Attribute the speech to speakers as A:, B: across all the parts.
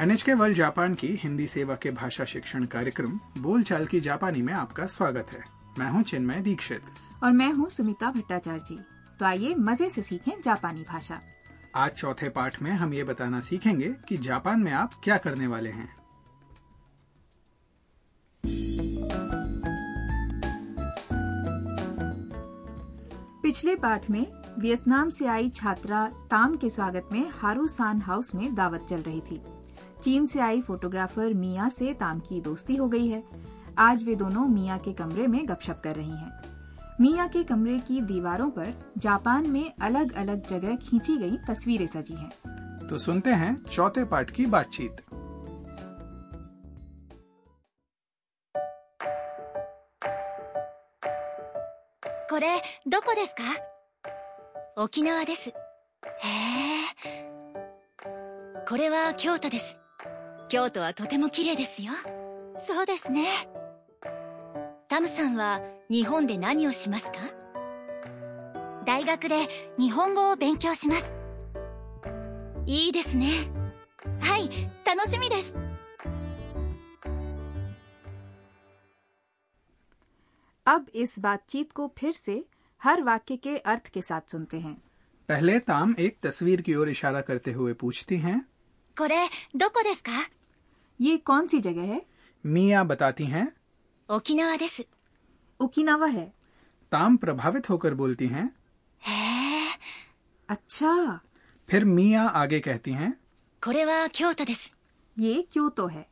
A: NHK World Japan की हिंदी सेवा के भाषा शिक्षण कार्यक्रम बोलचाल की जापानी में आपका स्वागत है मैं हूं चिन्मय दीक्षित
B: और मैं हूँ सुमिता भट्टाचार्य जी तो आइए मजे से सीखें जापानी भाषा
A: आज चौथे पाठ में हम ये बताना सीखेंगे कि जापान में आप क्या करने वाले हैं
B: पिछले पाठ में वियतनाम से आई छात्रा ताम के स्वागत में हारू सान हाउस में दावत चल रही थी चीन से आई फोटोग्राफर मिया से ताम की दोस्ती हो गई है आज वे दोनों मिया के कमरे में गपशप कर रही हैं। मिया के कमरे की दीवारों पर जापान में अलग अलग जगह खींची गई तस्वीरें सजी हैं।
A: तो सुनते हैं चौथे पाठ की बातचीत
C: これどこですか沖縄ですへえこれは京都です京都はとても綺麗ですよそうですねタムさんは日本で何をしますか大学で日本語を勉強しますいいですねはい楽しみです
B: अब इस बातचीत को फिर से हर वाक्य के अर्थ के साथ सुनते हैं
A: पहले ताम एक तस्वीर की ओर इशारा करते हुए पूछती हैं
C: これどこですか
B: ये कौन सी जगह है
A: मिया बताती हैं
C: 沖縄ですへ
B: ओकिनावा है
A: ताम प्रभावित होकर बोलती हैं
C: え
B: अच्छा
A: फिर मिया आगे कहती हैं
C: これは京都です
B: ये क्योतो है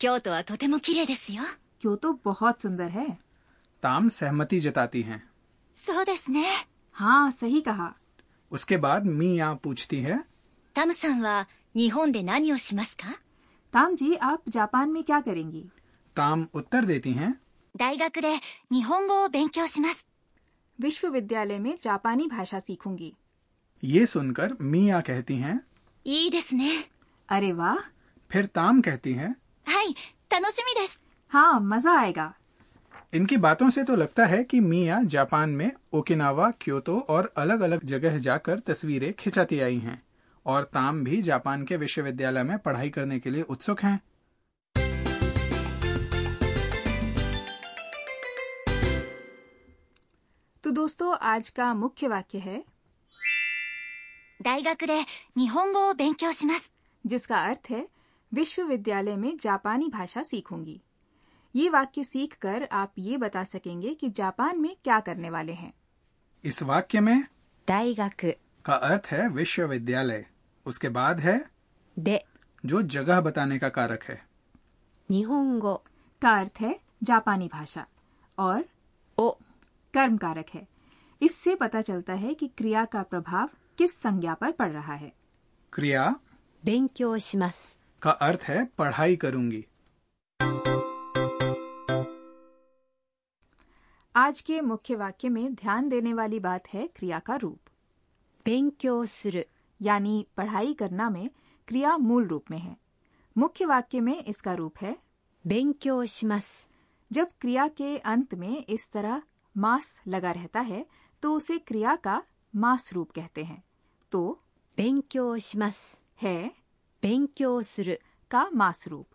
C: 京都はとても綺麗ですよ
B: क्योतो बहुत सुंदर है
A: ताम सहमति जताती हैं
C: そうですね
B: हाँ सही कहा
A: उसके बाद मिया पूछती है
C: タムさんは日本で何をしますか
B: ताम जी आप जापान में क्या करेंगी
A: ताम उत्तर देती हैं
C: 大学で日本語を勉強します
B: विश्वविद्यालय में जापानी भाषा सीखूंगी
A: ये सुनकर मिया कहती हैं
C: いいですね
B: अरे वाह
A: फिर ताम कहती हैं
C: はい楽しみです
B: हाँ मजा आएगा
A: इनकी बातों से तो लगता है कि मिया जापान में ओकिनावा क्योतो और अलग अलग जगह जाकर तस्वीरें खिंचाती आई हैं और ताम भी जापान के विश्वविद्यालय में पढ़ाई करने के लिए उत्सुक हैं
B: तो दोस्तों आज का मुख्य वाक्य है
C: 大学で日本語を勉強します
B: जिसका अर्थ है विश्वविद्यालय में जापानी भाषा सीखूंगी ये वाक्य सीखकर आप ये बता सकेंगे कि जापान में क्या करने वाले हैं
A: इस वाक्य में
C: 大学
A: का अर्थ है विश्वविद्यालय उसके बाद है
C: で
A: जो जगह बताने का कारक है
C: 日本語
B: का अर्थ है जापानी भाषा और
C: を
B: कर्म कारक है इससे पता चलता है कि क्रिया का प्रभाव किस संज्ञा पर पड़ रहा है
A: क्रिया
C: 勉強します
A: का अर्थ है पढ़ाई करूंगी
B: आज के मुख्य वाक्य में ध्यान देने वाली बात है क्रिया का रूप
C: 勉強する
B: यानी पढ़ाई करना में क्रिया मूल रूप में है मुख्य वाक्य में इसका रूप है
C: 勉強します
B: जब क्रिया के अंत में इस तरह मास लगा रहता है तो उसे क्रिया का मास रूप कहते हैं तो
C: 勉強します
B: है
C: 勉強する
B: का मास रूप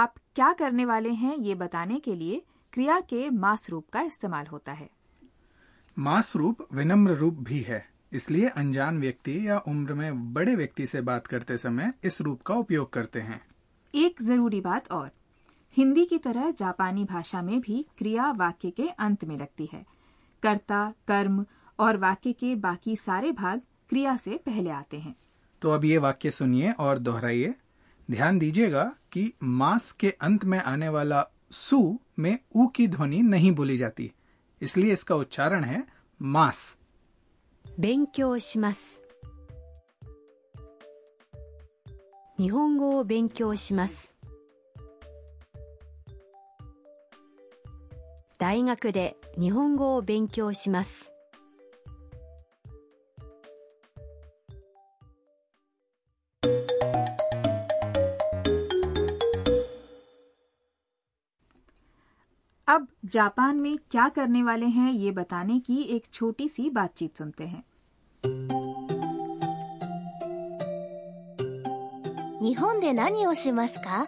B: आप क्या करने वाले हैं ये बताने के लिए क्रिया के मास रूप का इस्तेमाल होता है
A: मास रूप विनम्र रूप भी है इसलिए अनजान व्यक्ति या उम्र में बड़े व्यक्ति से बात करते समय इस रूप का उपयोग करते हैं
B: एक जरूरी बात और हिंदी की तरह जापानी भाषा में भी क्रिया वाक्य के अंत में लगती है कर्ता कर्म और वाक्य के बाकी सारे भाग क्रिया से पहले आते हैं
A: तो अब ये वाक्य सुनिए और दोहराइए ध्यान दीजिएगा कि मास के अंत में आने वाला सु में ऊ की ध्वनि नहीं बोली जाती इसलिए इसका उच्चारण है मास
C: 勉強します日本語を勉強します大学で日本語を勉強します
B: अब जापान में क्या करने वाले हैं ये बताने की एक छोटी सी बातचीत सुनते हैं
C: 日本本で何をしますか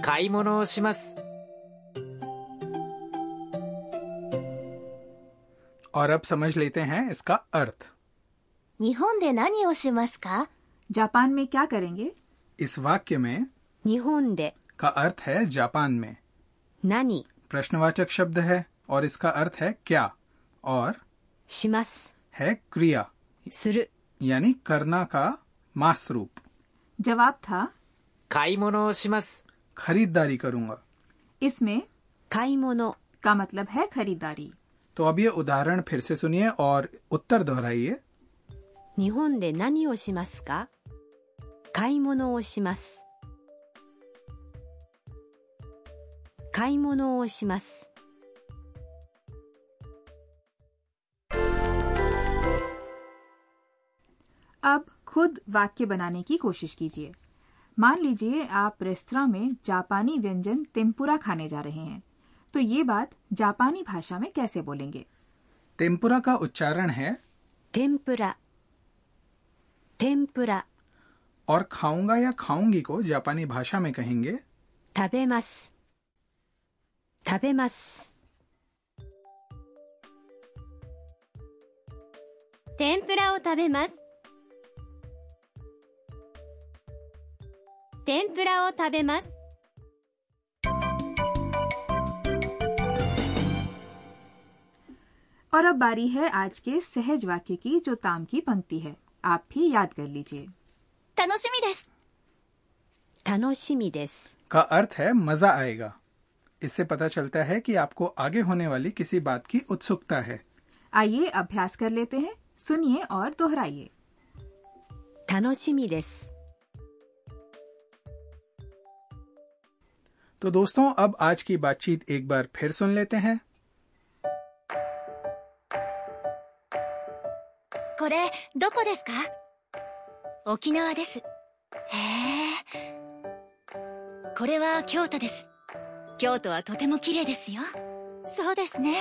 D: 買い物をします。
A: और अब समझ लेते हैं इसका अर्थ
C: 日本で何をしますか
B: जापान में क्या करेंगे
A: इस वाक्य में
C: 日本で
A: का अर्थ है जापान में
C: 何
A: प्रश्नवाचक शब्द है और इसका अर्थ है क्या और
C: します
A: है क्रिया
C: する
A: यानी करना का मास रूप
B: जवाब था
D: 買い物をします。
A: खरीदारी करूंगा
B: इसमें
C: 買い物
B: का मतलब है खरीदारी
A: तो अब ये उदाहरण फिर से सुनिए और उत्तर दोहराइए
C: 日本で何をしますか買い物をします買い物をします
B: अब खुद वाक्य बनाने की कोशिश कीजिए मान लीजिए आप रेस्तरा में जापानी व्यंजन तेम्पुरा खाने जा रहे हैं तो ये बात जापानी भाषा में कैसे बोलेंगे
A: तेम्पुरा का उच्चारण है
C: 天ぷら天ぷら
A: और खाऊंगा या खाऊंगी को जापानी भाषा में कहेंगे
C: 食べます食べます天ぷらを食べます天ぷらを食べます
B: और अब बारी है आज के सहज वाक्य की जो ताम की पंक्ति है आप भी याद कर लीजिए
C: 楽しみです楽しみです
A: का अर्थ है मजा आएगा इससे पता चलता है कि आपको आगे होने वाली किसी बात की उत्सुकता है
B: आइए अभ्यास कर लेते हैं सुनिए और दोहराइए
C: 楽しみです
A: तो दोस्तों अब आज की बातचीत एक बार फिर सुन लेते हैं
C: これどこですか沖縄ですへえこれは京都です京都はとても綺麗ですよそうですね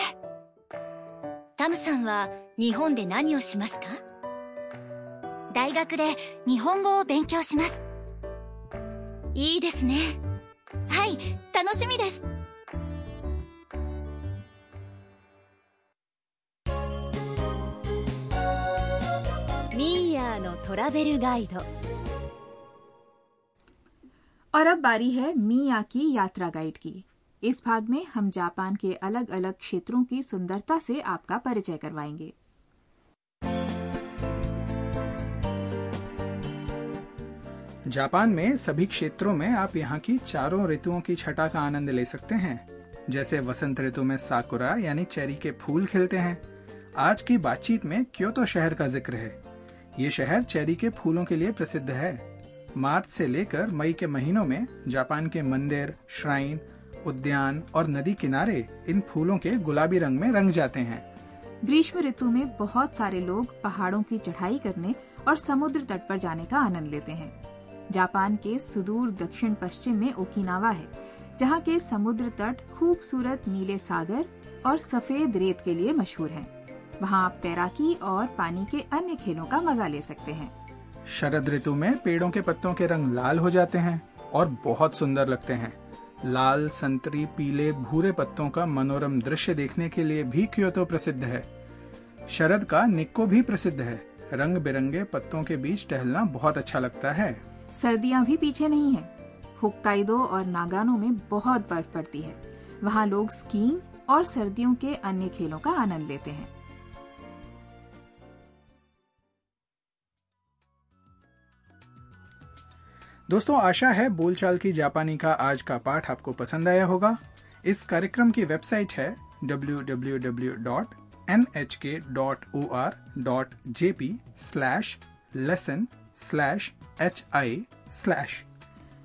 C: タムさんは日本で何をしますか大学で日本語を勉強しますいいですねはい楽しみですミーヤーのトラベルガイド
B: और अब बारी है मिया की यात्रा गाइड की इस भाग में हम जापान के अलग अलग क्षेत्रों की सुंदरता से आपका परिचय करवाएंगे
A: जापान में सभी क्षेत्रों में आप यहाँ की चारों ऋतुओं की छटा का आनंद ले सकते हैं जैसे वसंत ऋतु में साकुरा यानी चेरी के फूल खिलते हैं आज की बातचीत में क्योतो शहर का जिक्र है ये शहर चेरी के फूलों के लिए प्रसिद्ध है मार्च से लेकर मई के महीनों में जापान के मंदिर श्राइन उद्यान और नदी किनारे इन फूलों के गुलाबी रंग में रंग जाते हैं
B: ग्रीष्म ऋतु में बहुत सारे लोग पहाड़ों की चढ़ाई करने और समुद्र तट पर जाने का आनंद लेते हैं जापान के सुदूर दक्षिण पश्चिम में ओकिनावा है जहाँ के समुद्र तट खूबसूरत नीले सागर और सफेद रेत के लिए मशहूर हैं। वहाँ आप तैराकी और पानी के अन्य खेलों का मजा ले सकते हैं
A: शरद ऋतु में पेड़ों के पत्तों के रंग लाल हो जाते हैं और बहुत सुंदर लगते हैं लाल संतरी पीले भूरे पत्तों का मनोरम दृश्य देखने के लिए भी क्योतो प्रसिद्ध है शरद का निक्को भी प्रसिद्ध है रंग बिरंगे पत्तों के बीच टहलना बहुत अच्छा लगता है
B: सर्दियां भी पीछे नहीं है होक्काइडो और नागानो में बहुत बर्फ पड़ती है वहाँ लोग स्कीइंग और सर्दियों के अन्य खेलों का आनंद लेते हैं
A: दोस्तों आशा है बोलचाल की जापानी का आज का पाठ आपको पसंद आया होगा इस कार्यक्रम की वेबसाइट है www.nhk.or.jp/lesson/hi/.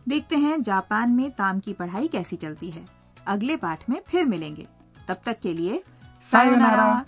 B: देखते हैं जापान में ताम की पढ़ाई कैसी चलती है अगले पाठ में फिर मिलेंगे तब तक के लिए
A: सायोनारा।